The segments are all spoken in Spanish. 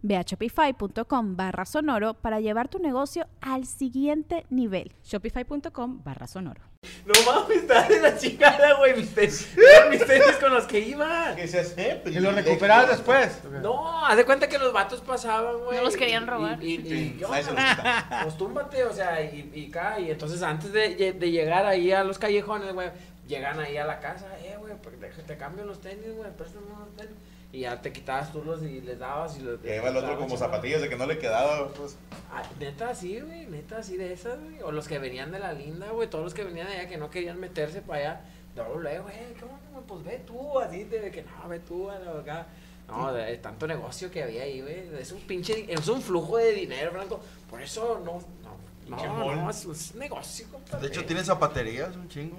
Ve a shopify.com barra sonoro para llevar tu negocio al siguiente nivel. Shopify.com barra sonoro. No mames, está de la chingada, güey. Mis, tenis- eran mis tenis con los que iba. Que se pues, acepte. ¿Y lo recuperabas Directo. después? No, haz de cuenta que los vatos pasaban, güey. No los querían y- robar. Y, y- y- Sí, nadie se los quitaba. pues túmbate, o sea, y, y cae. Y entonces antes de, lle- de llegar ahí a los callejones, güey, llegan ahí a la casa, eh, güey, pues, deja- te cambio los tenis, güey, préstame unos tenis. Y ya te quitabas tú los y les dabas y los. Y ahí va el otro como zapatillas de que no le quedaba, pues. Ah, neta, sí, güey, neta, sí, de esas, güey. O los que venían de la linda, güey, todos los que venían de allá que no querían meterse para allá. No, luego, güey, ¿qué onda, güey? Pues ve tú, así, de que no, ve tú, a la acá. No, de, de tanto negocio que había ahí, güey. Es un pinche, di- es un flujo de dinero, Franco. Por eso no, no, Pinche no, mall. no, es, es negocio, compadre. De hecho, tiene zapaterías, un chingo.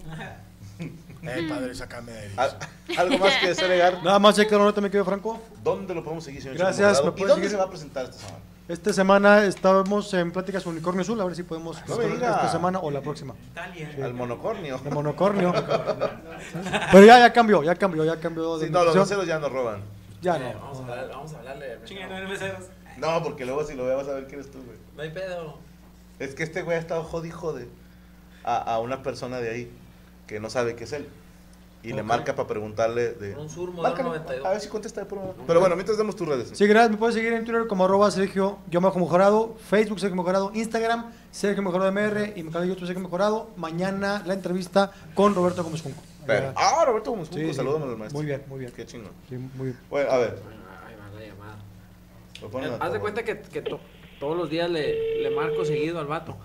Eh, padre, Sácame de Al- Algo más que desalegar. Nada más, checar ahora también querido Franco. ¿Dónde lo podemos seguir, señor Gracias, ¿me Chico Morado? ¿Y puedes dónde seguir? se va a presentar este esta semana? Esta semana estábamos en Pláticas Unicornio Azul, a ver si podemos No estar me diga. esta semana o la próxima. Al monocornio. De monocornio. Pero ya, ya cambió, ya cambió, ya cambió. de Sí, no, los invitación. meseros ya nos roban. Ya Eh, no. vamos a hablar, vamos a hablarle. güey. Chinga, no eres meseros. No, porque luego si lo veo vas a ver quién eres tú, güey. No hay pedo. Es que este güey ha estado jodi jode a, a una persona de ahí que no sabe qué es él. Y le Ok. marca para preguntarle de... Un sur modelo Márcale, 92. a ver si contesta de puro. Pero bueno, mientras damos tus redes. Sí, gracias. Me puedes seguir en Twitter como arroba Sergio yo Bajo Mejorado, Facebook Sergio Mejorado, Instagram Sergio Mejorado MR y mi canal de YouTube Sergio Mejorado. Mañana la entrevista con Roberto Gómez Junco. Ya. Pero- Ah, Roberto Gómez, Sí, sí. salúdame al maestro. Muy bien, muy bien. Qué chingo. Sí, muy bien. Bueno, a ver, Ah, Ahí va la llamada. lo ponen a Eh, Haz de todo. cuenta que, que to- todos los días le, le marco seguido al vato.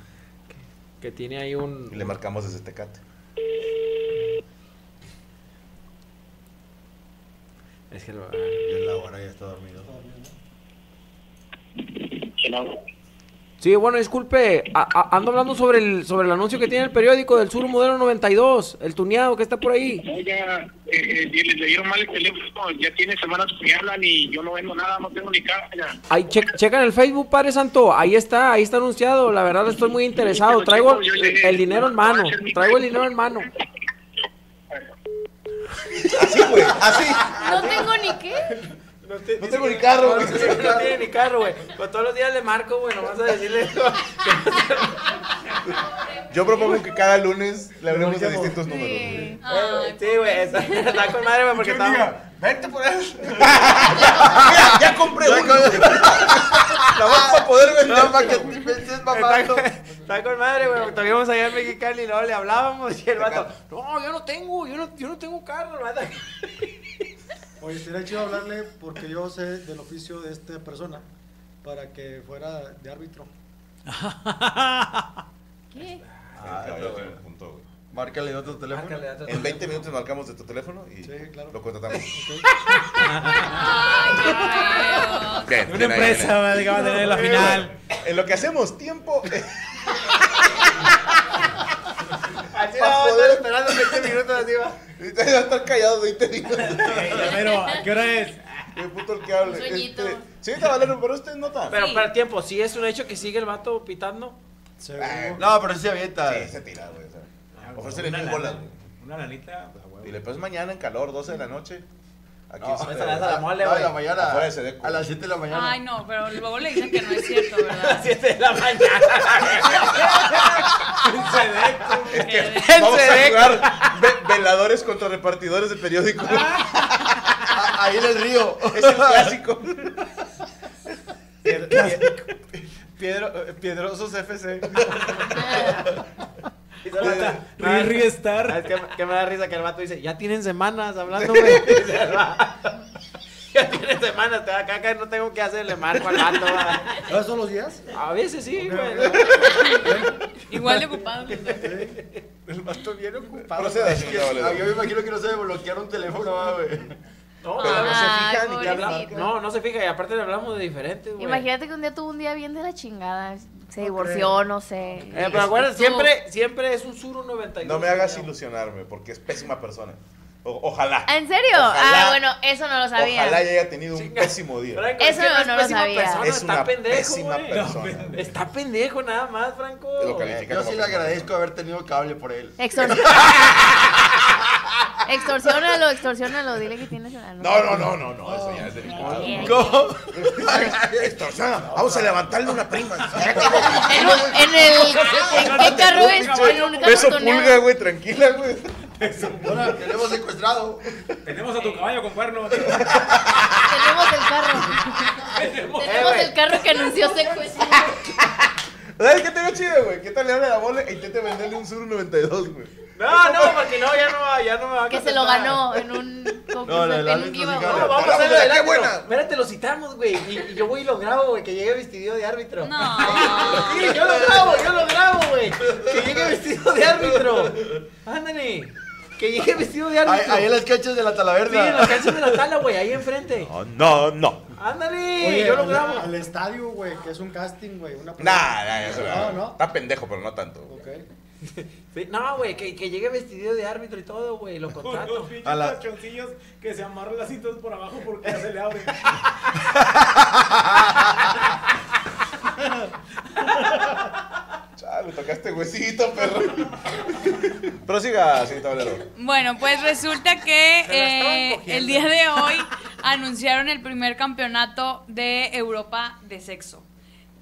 Que, que tiene ahí un. Y le marcamos desde Tecate. Es que lo. ah. Ya es la hora, ya está dormido. Sí, bueno, disculpe. a- a- ando hablando sobre el, sobre el anuncio que tiene el periódico del Sur Modelo 92. El tuneado que está por ahí. Oiga, eh, eh, les dieron mal el teléfono, ya tiene semanas que me hablan y yo no vendo nada, no tengo ni carga. Ahí, che- checa en el Facebook, Padre Santo. Ahí está, ahí está anunciado. La verdad, estoy muy interesado. Traigo el, el dinero en mano. Traigo el dinero en mano. Así, güey, así. No tengo ni qué. No tengo ni carro, güey. No tiene ni carro, güey. Pero todos los días le marco, güey. Nomás a decirle. Yo propongo que cada lunes le hablemos de Volteamos. distintos números. güey. Sí, güey. Está, está con madre, güey, porque Que estamos. diga, Vente por eso. ¡Ya, ya compré uno! La vas a poder vender para que te estés Está mamando. con, está con madre, güey. Todavía íbamos allá en Mexicali y luego le hablábamos y el vato, no, yo no tengo, yo no, yo no tengo carro, el vato. Oye, sería chido hablarle porque yo sé del oficio de esta persona para que fuera de árbitro. ¿Qué? Ah, Ah, Márcale otro Márcale, dato. En 20 minutos marcamos de tu teléfono y Sí, claro. lo contratamos. Ay, Bien, bien Una ahí, bien empresa, ahí. va, que va a tener la final. En lo que hacemos tiempo, eh. Así pa' la vamos a estar poder- esperando 20 minutos, así va. va a estar callado 20 minutos. Eh, Pero, ¿a ¿qué hora es? Qué puto el que hable. Sueñito. Este, señorita Valero, pero este usted nota. Pero para tiempo, sí es un hecho que sigue el vato pitando. Ah, No, pero sí se avienta. Ah. Sí, se tira, güey. o sea. Ofrécele mil bolas, güey. Una lanita. Dile, pues mañana en calor, 12 de la noche. Aquí en San esa Pedro. la- esa la mole, No, güey. en la mañana. Afuera de Sedeco. A las 7 de la mañana. Ay, no, pero luego le dicen que no es cierto, ¿verdad? 7 de la mañana. Vamos a Sedeco. jugar ve- veladores contra repartidores de periódicos. Ah, Ahí en el río. es el clásico. eh, Piedrosos FC. Y solo- Ri- Ri Ah, Star. es que, que me da risa que el vato dice, ya tienen semanas hablándome. Y se va. ya tienen semanas, te va acá, acá no tengo que hacerle marco al vato. va. ¿Esos son los días? A veces sí, güey. Igual de ocupado. los dos. El vato viene ocupado. Proceda, señora Ah, valedora. yo me imagino que no se bloquearon un teléfono, va, güey. No, Pero no se Ay, fijan ni que hablan. pobrecito. No, no se fija, y aparte le hablamos de diferentes, güey. Imagínate que un día tuvo un día bien de la chingada. Se divorció, no sé. Eh, pero acuérdate, siempre, siempre es un Suru 92. No me hagas creo. ilusionarme porque es pésima persona. O- ojalá. ¿En serio? Ojalá. ah, bueno, eso no lo sabía. Ojalá ya haya tenido un Chinga. pésimo día. Franco, Eso es que no es lo pésima sabía. persona, Es está una pendejo, pésima güey. persona. Está pendejo nada más, Franco. Lo califica Yo como sí le pésima agradezco haber tenido cable por él. Extorsión. extorsiónalo, extorsiónalo. Dile que tienes una. persona. No, no, no, no, no, eso ya es delicado. Oye. ¿Cómo? Extorsiona, vamos a levantarle una prima. En, un- en Ah, el. ¿En qué carro es? En un Beso pulga, güey, tranquila, güey. Ahora que lo hemos secuestrado. Tenemos a tu caballo con cuernos. Tenemos el carro. Eh, Tenemos el carro que anunció secuestro. ¿Sabes qué tengo chido, güey? ¿Qué tal le abre la bola e intente venderle un Sur 92, güey? No, no, porque no, ya no, va- ya no me va a Que se lo contestar. ganó en un. No, la- la en un Luis giveaway. No, vamos a Hablamos de hacerlo la adelante. qué buena. pero- Espérate, lo citamos, güey. Y, y yo voy y lo grabo, güey, que llegue vestido de árbitro. No. Sí, yo lo grabo, yo lo grabo, güey. Que llegue vestido de árbitro. Ándale. Que llegue vestido de Ahí, árbitro. ahí en las canchas de la Sí, en la talaverna. cancha de la tala, güey, ahí enfrente. No, no, no. Ándale, Oye, yo lo al- grabo. Al estadio, güey, que es un casting, güey. Una Nah, nah, eso No, no. Está pendejo, pero no tanto. güey. Ok. Sí, No, güey, que, que llegue vestido de árbitro y todo, güey, lo Con contrato. los pinches A la- colchoncillos que se amarran las cintas por abajo porque ya se le abren. Chale, tocaste huesito, perro. Pero siga, sí, tablero. Bueno, pues resulta que Se la estaban eh, cogiendo. el día de hoy anunciaron el primer campeonato de Europa de sexo.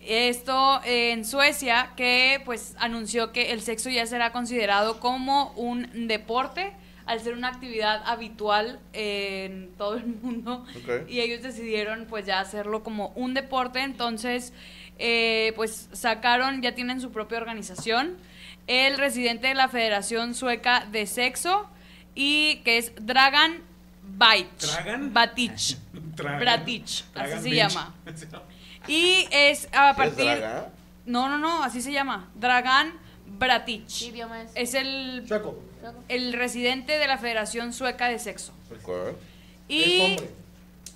Esto eh, en Suecia, que pues anunció que el sexo ya será considerado como un deporte al ser una actividad habitual en todo el mundo Ok. y ellos decidieron pues ya hacerlo como un deporte, entonces eh, pues sacaron, ya tienen su propia organización, el residente de la Federación Sueca de Sexo y que es Dragan Batic. ¿Dragan? Batic. Tragan- Bratich, tragan así se bitch. llama. Y es a partir... draga? No, no, no, así se llama. Dragan Bratic. idioma es? Es el, Chueco. el residente de la Federación Sueca de Sexo. Ok. Es Y, hombre.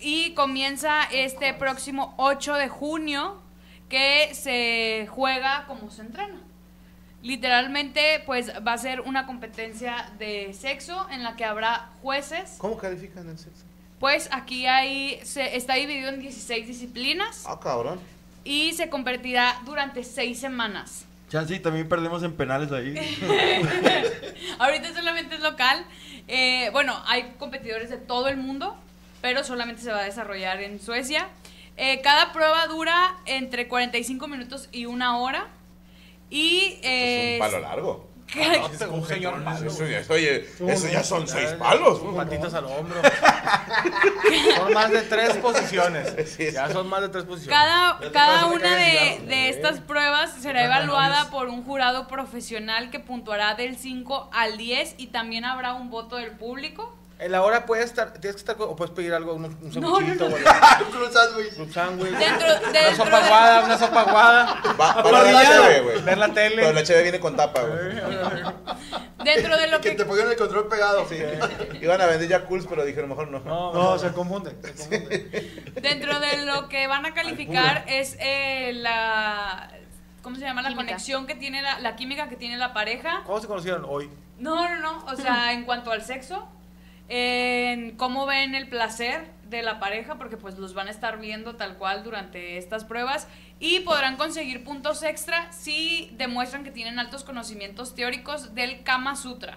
y comienza este próximo 8 de junio que se juega como se entrena. Literalmente, pues va a ser una competencia de sexo en la que habrá jueces. ¿Cómo califican el sexo? Pues aquí hay, se, está dividido en 16 disciplinas Ah, cabrón. y se competirá durante 6 semanas. Chance y también perdemos en penales ahí. Ahorita solamente es local. Eh, bueno, hay competidores de todo el mundo, pero solamente se va a desarrollar en Suecia. Eh, cada prueba dura entre 45 minutos y una hora. Y Es eh, un palo largo. ca- Es un señor malo. Eso ya, oye, eso ya son seis palos. Patitas al hombro. Son más de tres posiciones. Ya son más de tres posiciones. cada, cada una de, de estas pruebas será evaluada por un jurado profesional que puntuará del 5 al 10 y también habrá un voto del público. En Eh, la hora puedes estar, tienes que estar, o puedes pedir algo, un, un sanguchito, no, no. un sándwich. Dentro, dentro de- una sopa aguada. Va, va a ver la cheve, güey. Ver la tele. Pero la cheve viene con tapa, güey. dentro de lo que pongan el control pegado. Sí. Iban a vender ya cools, pero dijeron mejor no. No, se confunde. Se confunde. Dentro de lo que van a calificar es eh, la. ¿Cómo se llama? La Química. conexión que tiene la, la química que tiene la pareja. ¿Cómo se conocieron hoy? No, no, no. O sea, en cuanto al sexo, en cómo ven el placer de la pareja, porque pues los van a estar viendo tal cual durante estas pruebas y podrán conseguir puntos extra si demuestran que tienen altos conocimientos teóricos del Kama Sutra.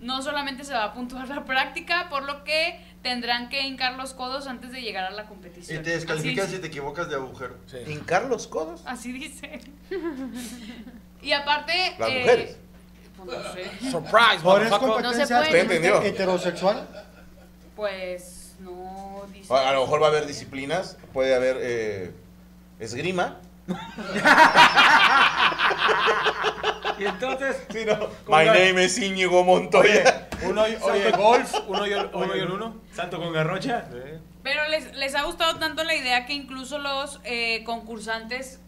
No solamente se va a puntuar la práctica, por lo que tendrán que hincar los codos antes de llegar a la competición. Así- te equivocas de agujero. ¿Hincar los codos? Así dice. y aparte. Las eh, mujeres. Pues, no sé, Surprise, Ahora es motherfucker. competencia puede. ¿Usted entendió? heterosexual. pues, no dice. Ah, A a lo mejor va a haber disciplinas, puede haber eh, esgrima. Y entonces. Sí, no. con My gar- name is Íñigo Montoya. Uno y oye, Santo- golf, uno y uno, y el uno. Santo con garrocha. Pero les, les ha gustado tanto la idea que incluso los eh, concursantes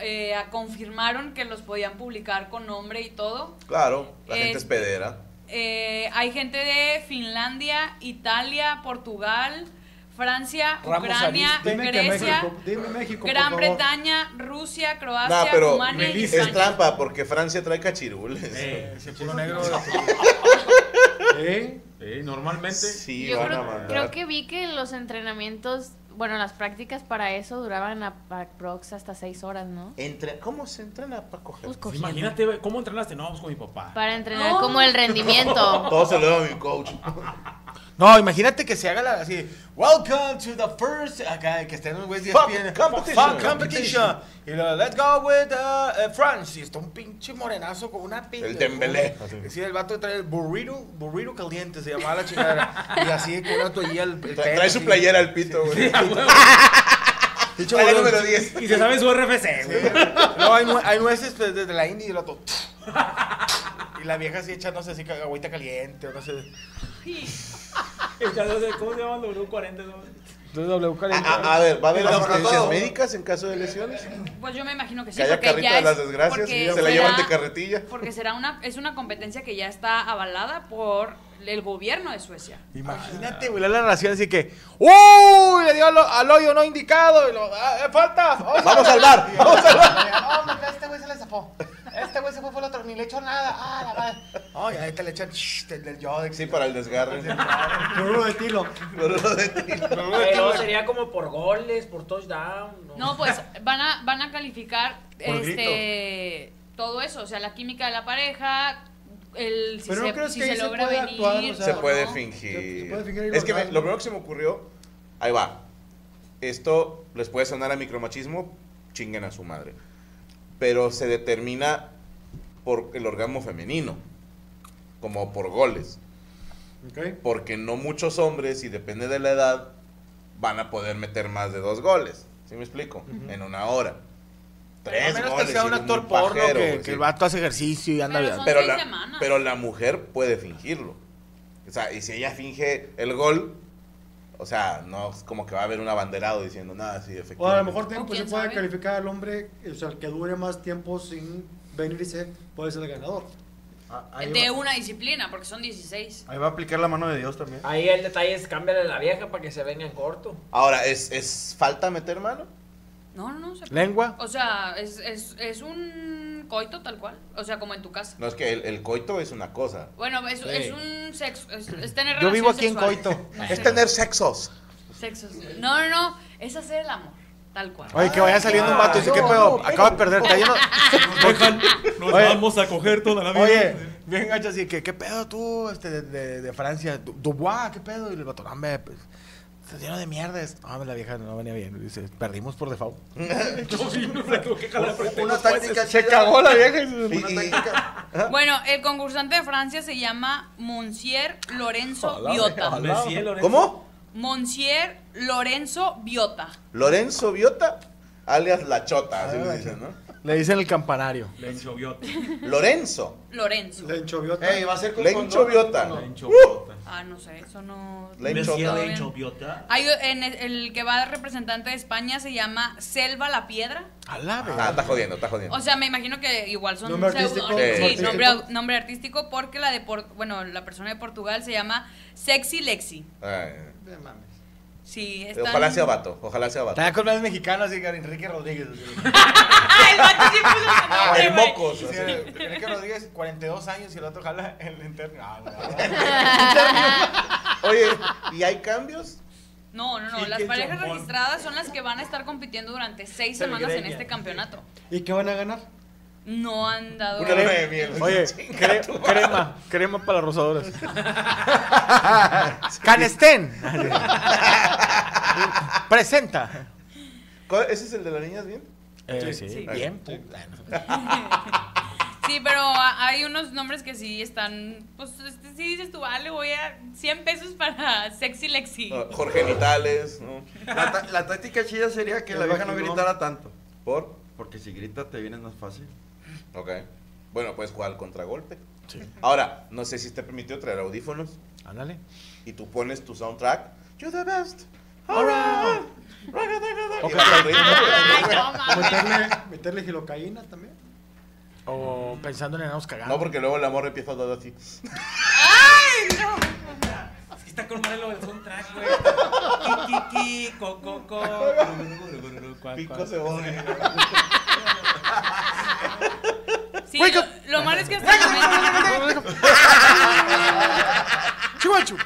eh, confirmaron que los podían publicar con nombre y todo. Claro, la gente Eh, es pedera. Eh, hay gente de Finlandia, Italia, Portugal, Francia, Ramos Ucrania, Arispe. Dime que Grecia, México, dime México, por Gran favor. Bretaña, Rusia, No, Croacia, pero Rumania y es España. trampa porque Francia trae cachirules. Eh. Se puso negro. ¿Eh? ¿Eh? Normalmente. Sí, Yo van creo, a mandar. creo que vi que los entrenamientos, bueno, las prácticas para eso duraban a- aprox hasta seis horas, ¿no? Entre, ¿Cómo se entrena para coger? Pues Pues cogiendo. Imagínate, güey, ¿cómo entrenaste? No, pues con mi papá. Para entrenar No. como el rendimiento. Todo se lo doy a mi coach. No, imagínate que se haga la, así, welcome to the first, acá, que estén los güeyes de Fuck ESPN. competition. Fuck competition. Y lo, let's go with uh, uh, France. Y está un pinche morenazo con una pinche. El Dembélé. Sí, el vato trae el burrito, burrito caliente, se llamaba la chingadera. y así con una toalla el, Tra- el pelo, trae su así. playera al pito, güey. Pinche Trae el bolón. número 10. Y se sabe su RFC, güey. No, hay, nue- hay nueces pues, desde la India y el vato. y la vieja así echándose así agüita caliente, o no sé. El caso de- ¿Cómo se llama? Número 40. ¿no? Entonces W A, a- a ver, ¿va a haber El asistencias laboratorio. médicas en caso de lesiones? Pues yo me imagino que sí. que haya porque carrito ya de es- las desgracias porque y se la será- llevan de carretilla. Porque será una, es una competencia que ya está avalada por el gobierno de Suecia. Imagínate, güey, la narración así que, ¡Uy! Le dio al, al hoyo no indicado. Y lo, "Ah, eh, ¡Falta! Vamos a salvar, ¡Vamos a salvar! ¡Oh, este güey se le zafó! Este güey se fue por el otro, ni le echó nada. ¡Ah, la madre! ¡Ay, ahí te le echan shh, del, del Yodex! Sí, para el desgarre. Cloruro de tilo. Cloruro de tilo. Pero sería como por goles, por touchdown. No, No, pues van a, van a calificar Por este todo eso, o sea, la química de la pareja, el si Pero no se, crees si que se ahí se logra puede venir. actuar, o sea, Se ¿no? puede Se- se fingir. puede fingir el Es que me- orgasmo. lo primero que se me ocurrió, ahí va. Esto les puede sonar a micromachismo, chinguen a su madre. Pero se determina por el orgasmo femenino, como por goles. Ok. Porque no muchos hombres, y depende de la edad, van a poder meter más de dos goles. ¿Sí me explico? En una hora. A Tres menos goles. que sea y un actor porno pajero, que, güey, que sí. el vato hace ejercicio y anda Pero bien. son- Pero seis la, semanas. pero la mujer puede fingirlo. O sea, y si ella finge el gol, o sea, no es como que va a haber un abanderado diciendo nada, sí, efectivamente. O a lo mejor tiempo ¿O se quién puede sabe? calificar al hombre, o sea, el que dure más tiempo sin venirse puede ser el ganador. De una disciplina, porque son 16. Ahí va a aplicar la mano de Dios también. Ahí el detalle es cámbiale la vieja para que se venga en corto. Ahora, ¿es, ¿es falta meter mano? No, no, no. se- ¿Lengua? O sea, es, es, es un coito tal cual, o sea, como en tu casa. No, es que el, el coito es una cosa. Bueno, es, Sí. es un sexo, es, es tener Yo vivo relaciones aquí en sexuales. Coito. No Es sé. tener sexos. Sexos. No, no, no, es hacer el amor, tal cual. Oye, que vaya saliendo un vato y dice, Ah, ¿qué no, pedo? no, Acabo de perder, está lleno. Dejan, nos Oye. vamos a coger toda la vida. Oye, Ah, bien gacho así, que qué pedo tú este, de, de- de Francia? Du- Dubois, ¿qué pedo? Y el vato, "No, hombre, pues, está lleno de mierdas. No, hombre, la vieja no venía bien. Dice, perdimos por default. Yo sí, me equivoqué, jala, apreté. Una táctica Se chida. cagó la vieja. Y- Una y- táctica. Bueno, el concursante de Francia se llama Monsieur Lorenzo Ojalá, Biota. ojalá. Sí, Lorenzo. ¿Cómo? Monsieur Lorenzo Biota. Lorenzo Biota, alias La Chota, así Ah, le dicen, ¿no? Le dicen el campanario. Le enchovió. Lorenzo, Lorenzo. La enchoviota. Ey, va a ser con Lencho condón. Biota. Uh. Le enchovió. Ah, no sé, eso no. Le enchovió. Le Hay en el, el que va de representante de España se llama Selva la Piedra. A la vez. Ah, está jodiendo, está jodiendo. O sea, me imagino que igual son Nombre pseudo- artístico, sí, nombre artístico. nombre, au- nombre artístico porque la de Por- bueno, la persona de Portugal se llama Sexy Lexi. Ay, Sí, están- ojalá sea vato, ojalá sea vato. Estaba con un mexicano así, que Enrique Rodríguez. así. Ah, el vato sí puso ese nombre, Ah, el güey. mocos. Sí, así. Enrique Rodríguez, 42 años y el otro jala el interno. Ah, güey, ah, güey. Oye, ¿y hay cambios? No, no, no. Y Las qué parejas chambón. registradas son las que van a estar compitiendo durante seis Se semanas en greña. este campeonato. ¿Y qué van a ganar? No han dado. Una luna de miel. Oye, cre- crema, crema para las rozadoras. Canestén. Presenta. ¿Cuál- ¿Ese es el de las niñas bien? Eh, sí, bien. Sí, pero a- hay unos nombres que sí están. Pues este, sí dices tú, vale, voy a 100 pesos para Sexy Lexi. No, Ah, Jorge Nitales, ¿no? La, ta- la táctica chida sería que El la vieja no vaginón. gritara tanto. ¿Por? Porque si grita te vienes más fácil. Ok. Bueno, puedes jugar al contragolpe. Ahora, no sé si te permitió traer audífonos. Ándale. Y tú pones tu soundtrack. You're the best. Ahora. Ok. Ay, no, mames. meterle, meterle gilocaína también. O pensando en enanos cagando. No, porque luego el amor empieza a dar así. Es que está con madre lo del Ah, soundtrack, güey. Ki, ki, ki, co, co, co. Guru, guru, guru, cuac, Pico cuac. se odia. Sí, lo, lo malo es que hasta el momento. Chihuachu.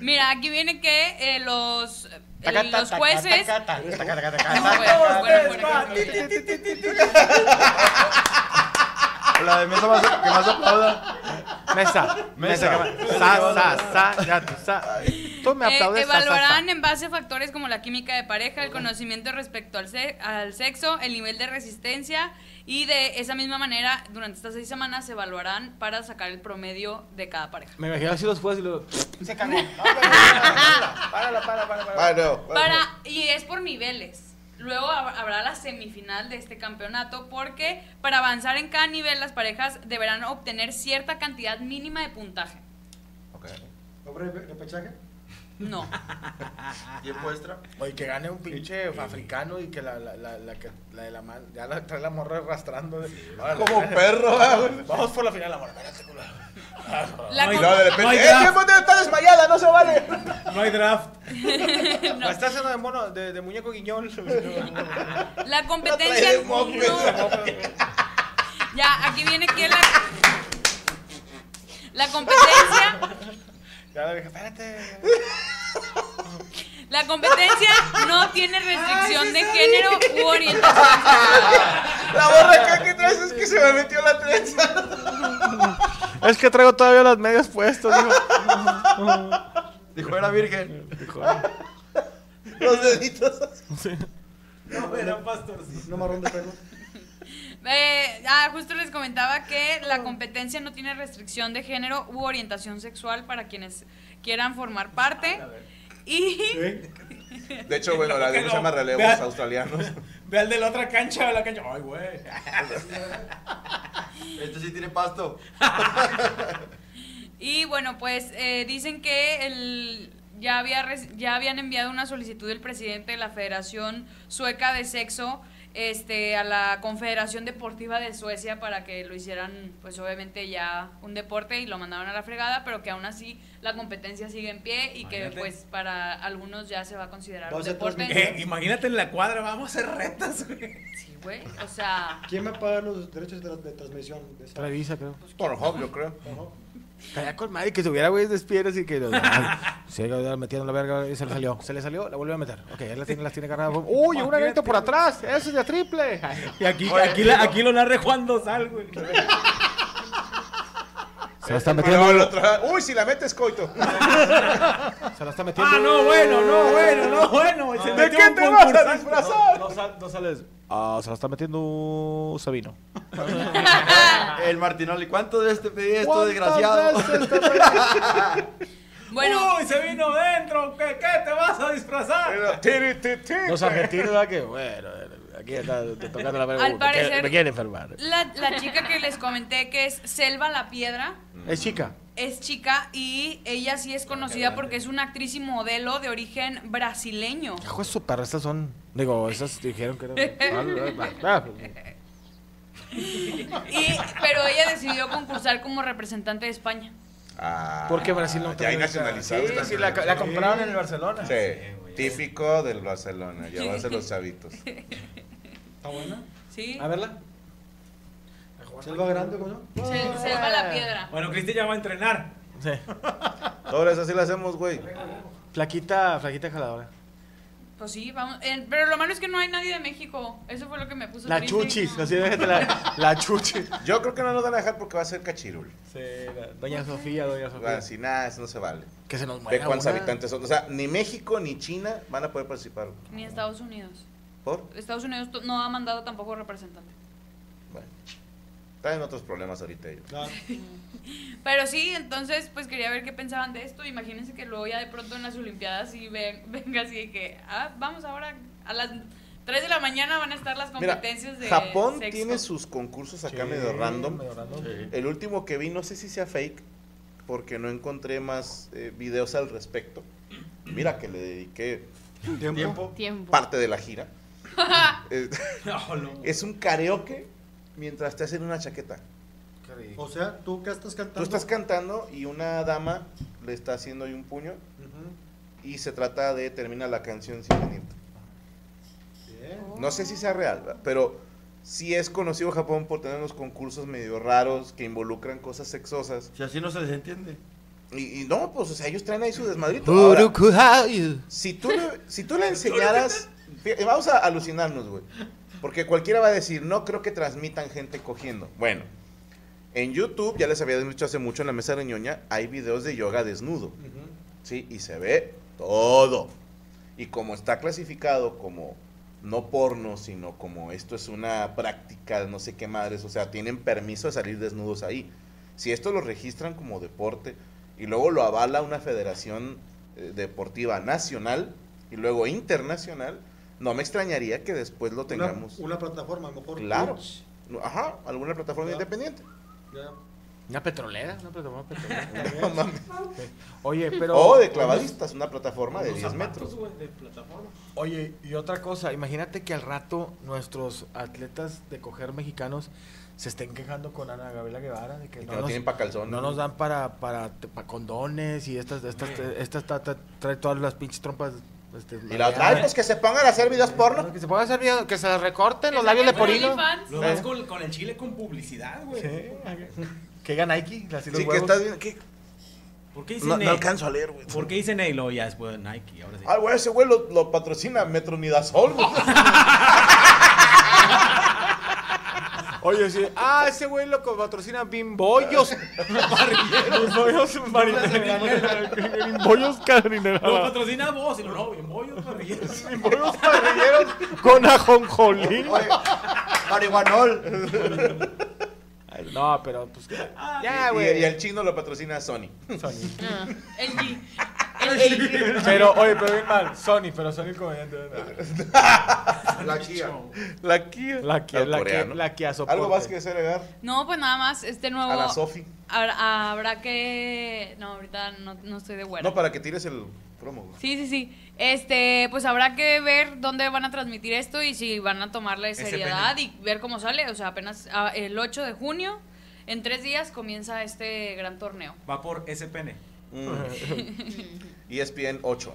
Mira, aquí viene que eh, los, eh, Taca, ta, los taca, jueces. taca, ta, taca, taca, taca, No, taca, güey, taca, Ah, bueno, taca, bueno, taca, bueno. taca, taca. La de mesa más, que más aplauda. Mesa. Mesa. Mesa. que va- Sa, sa, sa, ya tú, sa. Tú me Eh, aplaudes. sa, sa, sa. evaluarán en base a factores como la química de pareja, el conocimiento respecto al, se- al sexo, el nivel de resistencia y de esa misma manera durante estas seis semanas se evaluarán para sacar el promedio de cada pareja. Me imagino así los jueces y lo. Se cagó. Párala, párala, párala. Bueno, Para, y es por niveles. Luego hab- habrá la semifinal de este campeonato porque para avanzar en cada nivel las parejas deberán obtener cierta cantidad mínima de puntaje. ¿Hombre, repechaje? No. ¿Tiempo extra? Oye, que gane un pinche africano y que la, la, la, la que la de la mano. Ya la trae la morra arrastrando. Como perro, ah, güey. Vamos por la final, la morra. La Y con- luego de repente. No hay ¡Eh, draft. tiempo de estar desmayada! ¡No se vale! No hay draft. No. Está haciendo de mono, de, de muñeco guiñón. La La trae competencia de moco, güey. no. Ya, aquí viene que la La competencia, ya la vieja, espérate. la competencia no tiene restricción de género u orientación sexual. La borra acá que traes es que se me metió la trenza. Es que traigo todavía las medias puestas. Dijo, era virgen. Los deditos. No, era pastorcito. No marrón de pelo. Eh, ah, justo les comentaba que la competencia no tiene restricción de género u orientación sexual para quienes quieran formar parte. Y De hecho, bueno, la de se llama relevos Vea. australianos. Ve al de la otra cancha, la cancha. Ay, güey. Este sí tiene pasto. Y bueno, pues eh, dicen que el, ya, había, reci- ya habían enviado una solicitud del presidente de la Federación Sueca de Sexo este, a la Confederación Deportiva de Suecia para que lo hicieran, pues obviamente ya un deporte y lo mandaron a la fregada, pero que aún así la competencia sigue en pie y que Imagínate. pues para algunos ya se va a considerar Va a un ser deporte. transmitido. Eh, imagínate en la cuadra, vamos a hacer retas, güey. Sí, güey, o sea... ¿Quién va a pagar los derechos de, la- de transmisión? De esa? Televisa, creo. Pornhub, yo creo. Estaría con madre que tuviera güeyes despiertos y que. Ay, Se la metieron la verga y se le salió. Se le salió, la volvió a meter. Ok, ya las tiene, las tiene cargadas. ¡Uy, una grita por atrás! ¡Eso es de triple! Ay, Y aquí, Oye, aquí, la- aquí lo narre Juan Dosal, güey. Ah, Se la está Y luego el metiendo. otro, Uy, si la metes, coito. Se la está metiendo. Ah, no, bueno, no, bueno, no, bueno. Se ¿De metió qué un te vas a concursante. disfrazar? Dosal- Dosal es- Ah, se la está metiendo Sabino. El Martinoli. ¿Cuánto de este pedí esto, ¿Cuántas desgraciado? veces te metí? Bueno, Uy, se vino dentro. ¿Qué, qué te vas a disfrazar? Pero, tiri, ti, ti. Los argentinos, ¿verdad? Que bueno, aquí está te tocando la verga. Al Me quiere- parecer- Me quieren enfermar. la, la chica que les comenté que es Selva la Piedra, Es chica. es chica y ella sí es conocida porque es una actriz y modelo de origen brasileño. Hijo de su perra, estas son. Digo, esas dijeron que eran. Ah, ah, ah. Y, pero ella decidió concursar como representante de España. Ah, ¿Por qué Brasil no Ya hay tenía- nacionalizados. Sí, sí, la, la compraron en el Barcelona. Sí, típico del Barcelona, llevarse los chavitos. ¿Está buena? ¿Sí? A verla. ¿Selva grande, cómo no? Se- Selva la Piedra. Bueno, Cristi ya va a entrenar. Sí. Ahora eso sí lo hacemos, güey. Flaquita, flaquita jaladora. Pues sí, vamos. eh, pero lo malo es que no hay nadie de México. Eso fue lo que me puso La triste. chuchis, así déjate la, la chuchis. Yo creo que no nos van a dejar porque va a ser cachirul. Doña Sofía, doña Sofía. Así nada, eso no se vale. Que se nos Ve muera cuántos una. habitantes son. O sea, ni México ni China van a poder participar. Ni Estados Unidos. ¿Por? Estados Unidos to- no ha mandado tampoco representante. Bueno. Traen otros problemas ahorita ellos. Ah, Claro. Pero sí, entonces pues quería ver qué pensaban de esto. Imagínense que luego ya de pronto en las Olimpiadas y ven, venga así de que, ah, vamos ahora a las 3 de la mañana van a estar las Mira, competencias de Japón sexo. tiene sus concursos acá Sí, medio random. medio random. Sí. El último que vi, no sé si sea fake, porque no encontré más eh, videos al respecto. Mira que le dediqué Tiempo. Tiempo. parte de la gira. Eh, es un karaoke mientras te hacen una chaqueta. O sea, tú qué estás cantando. Tú estás cantando y una dama le está haciendo ahí un puño y se trata de terminar la canción sin venirte. No sé si sea real, ¿verdad? pero sí es conocido Japón por tener unos concursos medio raros que involucran cosas sexosas. Si así no se les entiende. Y, y no, pues o sea, ellos traen ahí su desmadrito. Ahora, Urukuhayu. si tú le, si tú le enseñaras, fí- vamos a alucinarnos, güey. Porque cualquiera va a decir, no creo que transmitan gente cogiendo. Bueno, en YouTube, ya les había dicho hace mucho en la mesa de ñoña, hay videos de yoga desnudo. ¿sí? Y se ve todo. Y como está clasificado como no porno, sino como esto es una práctica de no sé qué madres, o sea, tienen permiso de salir desnudos ahí. Si esto lo registran como deporte y luego lo avala una federación eh, deportiva nacional y luego internacional, no me extrañaría que después lo Una- tengamos. Una, plataforma, a lo mejor. Claro. Twitch, Ajá, alguna plataforma Ya. independiente. ya. Una petrolera, una plataforma petrolera. No mames. Oye, pero. o de clavadistas, una plataforma de Unos 10 zapatos, metros. güey, de plataforma. Oye, y otra cosa, imagínate que al rato nuestros atletas de coger mexicanos se estén quejando con Ana Gabriela Guevara de que, Y que no, no, nos, tienen pa' calzón. no nos dan para, para, para condones y estas, estas, Güey. estas ta- ta- trae todas las pinches trompas. este, Y la otra, mareadas. ay, pues que se pongan a hacer videos porno. Que se pueda hacer video, que se les recorten Que los labios de saquen por porino. OnlyFans. Lo más con, con el chile con publicidad, güey. Sí. Que diga Nike, así los Sí, que huevos. estás bien. ¿qué? ¿Por qué dicen No, no Nike? alcanzo a leer, güey. ¿Por qué dicen Nike? Luego ya después Nike, ahora sí. Ah, güey, ese güey lo, lo patrocina Metronidazol, güey. Oye, sí. Ah, ese güey lo co- patrocina Bimbollos. Bimbollos marineros. Bimbollos Lo carineros. patrocina vos y lo no, bien bollo, parrilleros. Bimbollos carrileros con ajonjolí. Marihuanol. No, pero pues. que- Ah, Ya, y, güey. y el chino lo patrocina Sony. Ah, El G. El G. Pero, oye, pero bien mal. Sony, pero Sony el comediante. La chía. La Kia. La Kia, Al la Kia, coreano. la Kia soporte. Algo más que hacer, Edgar. No, pues nada más, este nuevo. A la Sofi. habrá, habrá que. No, ahorita no, no estoy de buena. No, para que tires el promo, güey. Sí, sí, sí. Este, pues habrá que ver dónde van a transmitir esto y si van a tomarle Ese seriedad y ver cómo sale. O sea, apenas ah, el 8 de junio, en tres días, comienza este gran torneo. Va por SPN. Mm. ESPN 8.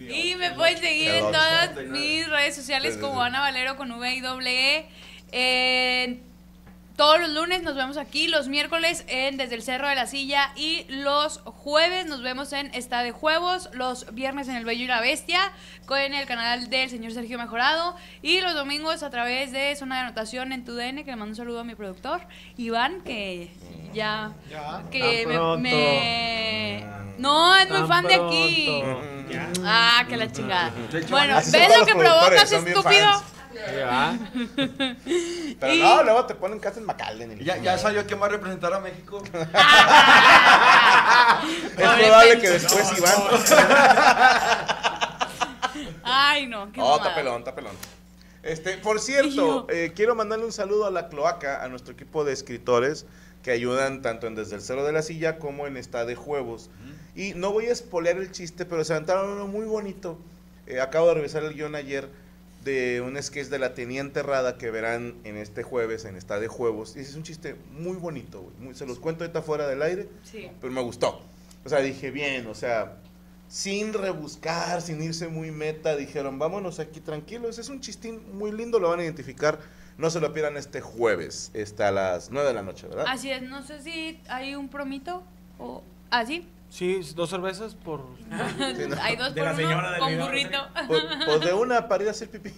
Y me pueden seguir en Perdón, todas no, no, no. mis redes sociales Sí, sí, como sí. Ana Valero con V y doble E. En- todos los lunes nos vemos aquí, los miércoles en Desde el Cerro de la Silla y los jueves nos vemos en Está de Juegos, los viernes en El Bello y la Bestia con el canal del señor Sergio Mejorado y los domingos a través de Zona de Anotación en TUDN que le mando un saludo a mi productor Iván que ya, que Tan me- me- pronto. no es muy Tan fan de aquí. pronto. Ya. Ah, que la chingada. De hecho, Bueno, así son ¿ves todos lo los que productores, provocas, son bien estúpido? fans. Pero Y- no, luego te ponen Catherine McAllen. y- Ya, ya salió quién va a representar a México. Es probable que después Iván. Oh, Ay, no, qué Oh, mamada. está pelón, está pelón. Este, por Y yo. cierto, eh, quiero mandarle un saludo a la cloaca, a nuestro equipo de escritores que ayudan tanto en Desde el Cero de la Silla como en Está de Juegos. Y no voy a espolear el chiste, pero se aventaron uno muy bonito. Eh, acabo de revisar el guión ayer de un sketch de la Teniente Rada que verán en este jueves en Está de Juegos. Y es un chiste muy bonito, güey, muy- se los cuento ahorita fuera del aire Sí. pero me gustó. O sea, dije, bien, o sea, sin rebuscar, sin irse muy meta, dijeron, vámonos aquí tranquilos. Es un chistín muy lindo, lo van a identificar. No se lo pierdan este jueves, está a las 9 de la noche, ¿verdad? Así es, no sé si hay un promito o así. Sí, dos cervezas por. Sí, ¿no? Hay dos De por la señora uno del con video. burrito. Pues, pues de una para ir a hacer pipí.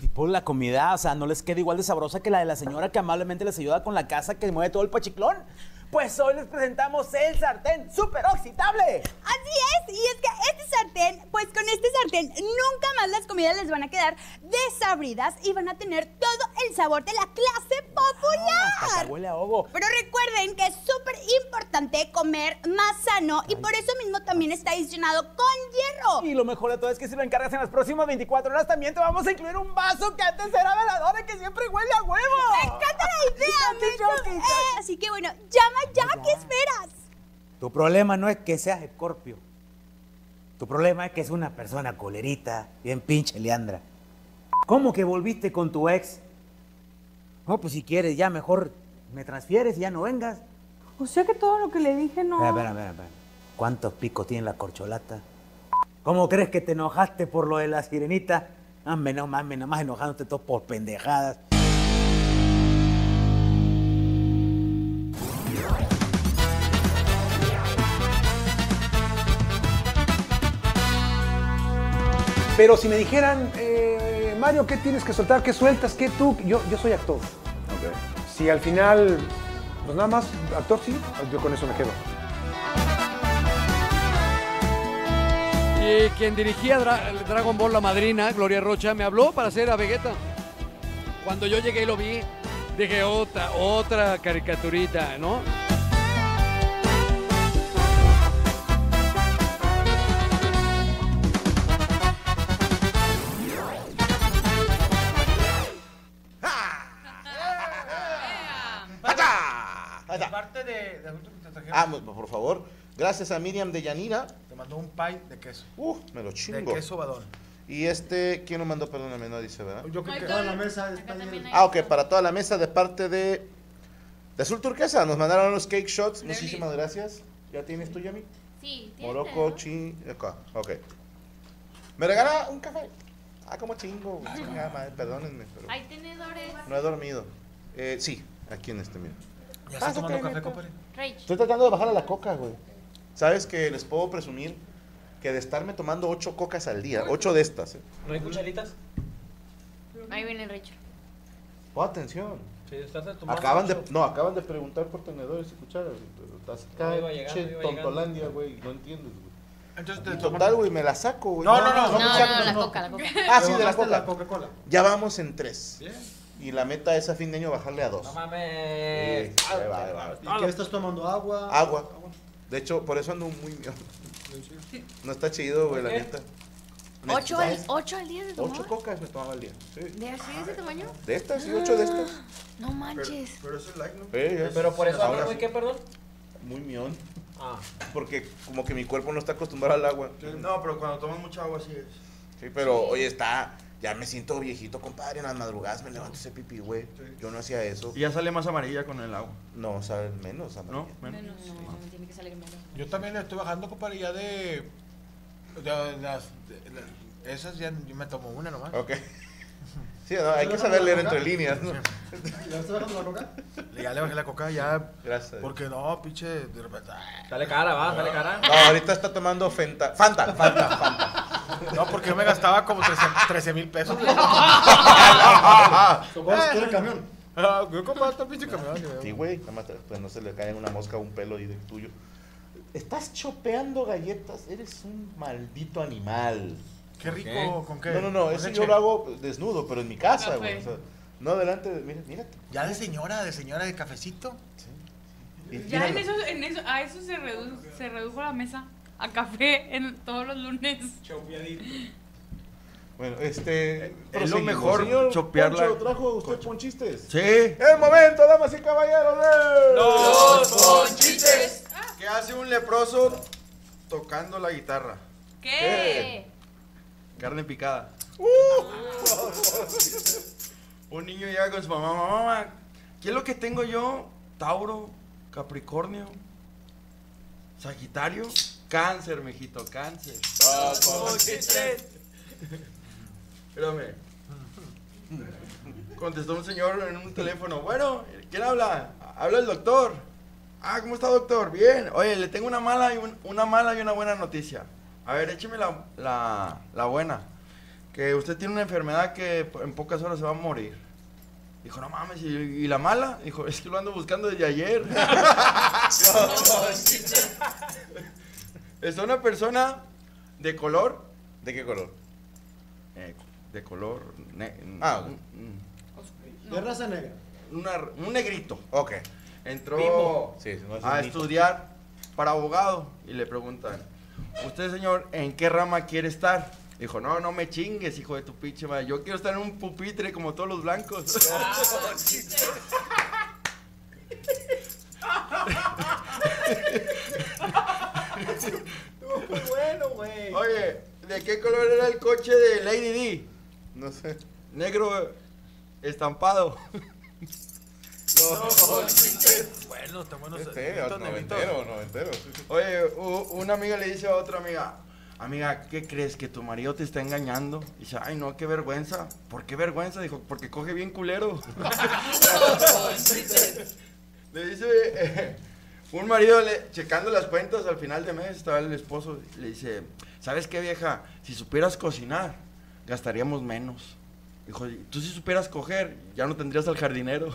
Tipo la comida, o sea, no les queda igual de sabrosa que la de la señora que amablemente les ayuda con la casa que mueve todo el pachiclón. Pues hoy les presentamos el sartén super oxidable. Así es, y es que este sartén, pues con este sartén nunca más las comidas les van a quedar desabridas y van a tener todo el sabor de la clase Hasta que popular. huele a ahogo. Pero recuerden que es súper importante comer más sano y por eso mismo también está adicionado con hierro. Y lo mejor de todo es que si lo encargas en las próximas 24 horas también te vamos a incluir un vaso que antes era veladora y que siempre huele a huevo. ¡Me encanta la idea, Meco. Eh, Así que bueno, llama ya, ¿qué esperas? Tu problema no es que seas escorpio. Tu problema es que es una persona colerita, bien pinche Leandra. ¿Cómo que volviste con tu ex? No, pues si quieres, ya mejor me transfieres y ya no vengas. O sea que todo lo que le dije no. Espera, espera, espera, espera. ¿Cuántos picos tiene la corcholata? ¿Cómo crees que te enojaste por lo de la sirenita? Hombre, no mames, nada más enojándote todo por pendejadas. Pero si me dijeran, eh, Mario, ¿qué tienes que soltar? ¿Qué sueltas? ¿Qué tú? Yo, yo soy actor. Si al final, pues nada más, actor sí, yo con eso me quedo. Y quien dirigía Dra- Dragon Ball La Madrina, Gloria Rocha, me habló para hacer a Vegeta. Cuando yo llegué y lo vi, dije otra, otra caricaturita, ¿no? Parte de, de adulto que te trajeron. Ah, mu- por favor. Gracias a Miriam de Yanira. Te mandó un pie de queso. Uh, me lo chingo. De queso badón. Y este, ¿quién lo mandó? Perdóname, no dice, ¿verdad? Yo creo que Toda la mesa está llena. Ah, ok, para toda la mesa de parte de, de Azul Turquesa. Nos mandaron los cake shots. Muchísimas gracias. ¿Ya tienes tú, Yami? Sí, Morocco, chi. Acá, ok. ¿Me regala un café? Ah, como chingo. güey, chingada madre, Perdónenme, pero Hay tenedores. no he dormido. Eh, sí, aquí en este, mira. Ya Ah, está tomando ok, café, neta. compadre. Rach. Estoy tratando de bajar a la coca, güey. ¿Sabes que les puedo presumir que de estarme tomando ocho cocas al día, ocho de estas, eh? ¿No hay cucharitas? Ahí viene Rachel. Pon atención. Sí, estás tomando Acaban de, mucho. no, acaban de preguntar por tenedores y cucharas. güey, pero Estás acá, No, iba llegando, che, iba llegando. tontolandia, güey. No entiendes, güey. Entonces Y total, güey, me la saco, güey. No, no, no, me saco, la coca. Ah, sí, de la Bajaste coca. la Coca-Cola. Ya vamos en tres. Bien. Y la meta es a fin de año bajarle a dos. No Sí, mames. Ah, ahí va, ahí va. ¿Y qué estás tomando? ¿Agua? Agua. Ah, De hecho, por eso ando muy miedo. No está chido, güey, la ¿Por qué? neta. ¿Ocho Neta, al, ¿sabes? ocho al día de tomar? Ocho cocas me tomaba al día. Sí. ¿De así de ese tamaño? De estas, sí, ocho de estas. No manches. Pero eso es like, ¿no? Eh, Pero por eso ahora hablo, güey, sí. ¿qué, perdón? Muy mión. Ah. Porque como que mi cuerpo no está acostumbrado al agua. No, pero cuando tomas mucha agua así es. Sí, pero oye, está. Ya me siento viejito, compadre. En las madrugadas me levanto ese pipí, güey. Yo no hacía eso. Y ya sale más amarilla con el agua. No, sale menos amarilla. No, menos. No, tiene que salir menos. Yo también le estoy bajando, compadre, ya de. de las. de las- esas ya yo me tomo una nomás. Ok. Sí, no, hay que saber leer entre líneas, ¿no? ¿Ya estás bajando la coca? Ya le bajé la coca, ya. Gracias. Porque no, pinche. De repente. Ah. Sale cara, va, sale cara. No, ahorita está tomando Fanta. Fanta, Fanta, Fanta. No, porque yo me gastaba como 13 mil pesos. Compadre, tú eres camión. Ah, yo compadre, el pinche camión. güey. Sí, güey. Nada más, pues no se le cae una mosca o un pelo ahí de tuyo. Estás chopeando galletas. Eres un maldito animal. Qué rico, ¿con qué? No, no, no. pues ¿Con Eso leche? yo lo hago desnudo, pero en mi casa, Café. güey. o pues. sea, no adelante. de- Mira, mírate. Ya de señora, de señora de cafecito. Y- Ya en míralo. eso, en eso, a eso se, redu- se redujo la mesa. A café en todos los lunes. Bueno, este. es lo proseguimos. mejor, Señor chopearla Poncho, ¿Trajo usted ponchistes? Sí. ¡El momento, damas y caballeros! ¡Eh! de- Los ponchites. ¿Qué hace un leproso tocando la guitarra? ¿Qué? Carne picada. Uh. Un niño llega con su mamá, mamá, mamá, ¿qué es lo que tengo yo? Tauro, Capricornio, Sagitario, Cáncer, mijito, Cáncer. Espérame. Contestó un señor en un teléfono, bueno, ¿quién habla? Habla el doctor. Ah, ¿cómo está doctor? Bien. Oye, le tengo una mala y un- una mala y una buena noticia. A ver, écheme la, la, la buena. Que usted tiene una enfermedad que po- en pocas horas se va a morir. Dijo, no mames, ¿y, y la mala? Dijo, es que lo ando buscando desde ayer. es una persona de color. eh, ¿De qué color? de color. ne- Ah, ok. mm. De raza negra. Una- un negrito. Ok. Entró Bimbo. Sí, no es a negrito. estudiar para abogado y le preguntan, usted señor, ¿en qué rama quiere estar? Dijo, no, no me chingues, hijo de tu pinche madre. Yo quiero estar en un pupitre como todos los blancos. Muy bueno, güey. Oye, ¿de qué color era el coche de Lady D? No sé. Negro estampado. Bueno, está bueno. Este, noventero, noventero. Oye, u- una amiga le dice a otra amiga, amiga, ¿qué crees que tu marido te está engañando? Y dice, ay no, qué vergüenza. ¿Por qué vergüenza? Dijo, porque coge bien culero. le dice, eh, un marido le- checando las cuentas al final de mes, estaba el esposo, le dice, ¿sabes qué vieja? Si supieras cocinar, gastaríamos menos. Dijo, "Y tú si supieras coger, ya no tendrías al jardinero.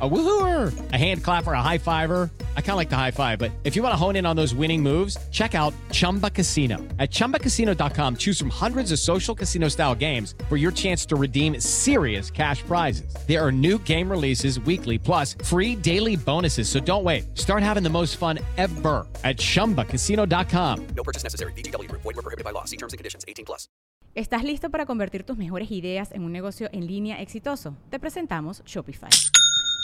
A woohooer, a hand clapper, a high fiver. I kind of like the high five, but if you want to hone in on those winning moves, check out Chumba Casino. At chumbacasino.com, choose from hundreds of social casino style games for your chance to redeem serious cash prizes. There are new game releases weekly, plus free daily bonuses. So don't wait. Start having the most fun ever at chumbacasino.com. No purchase necessary. BGW. Void were prohibited by law. See terms and conditions. 18 plus. ¿Estás listo para convertir tus mejores ideas en un negocio en línea exitoso? Te presentamos Shopify.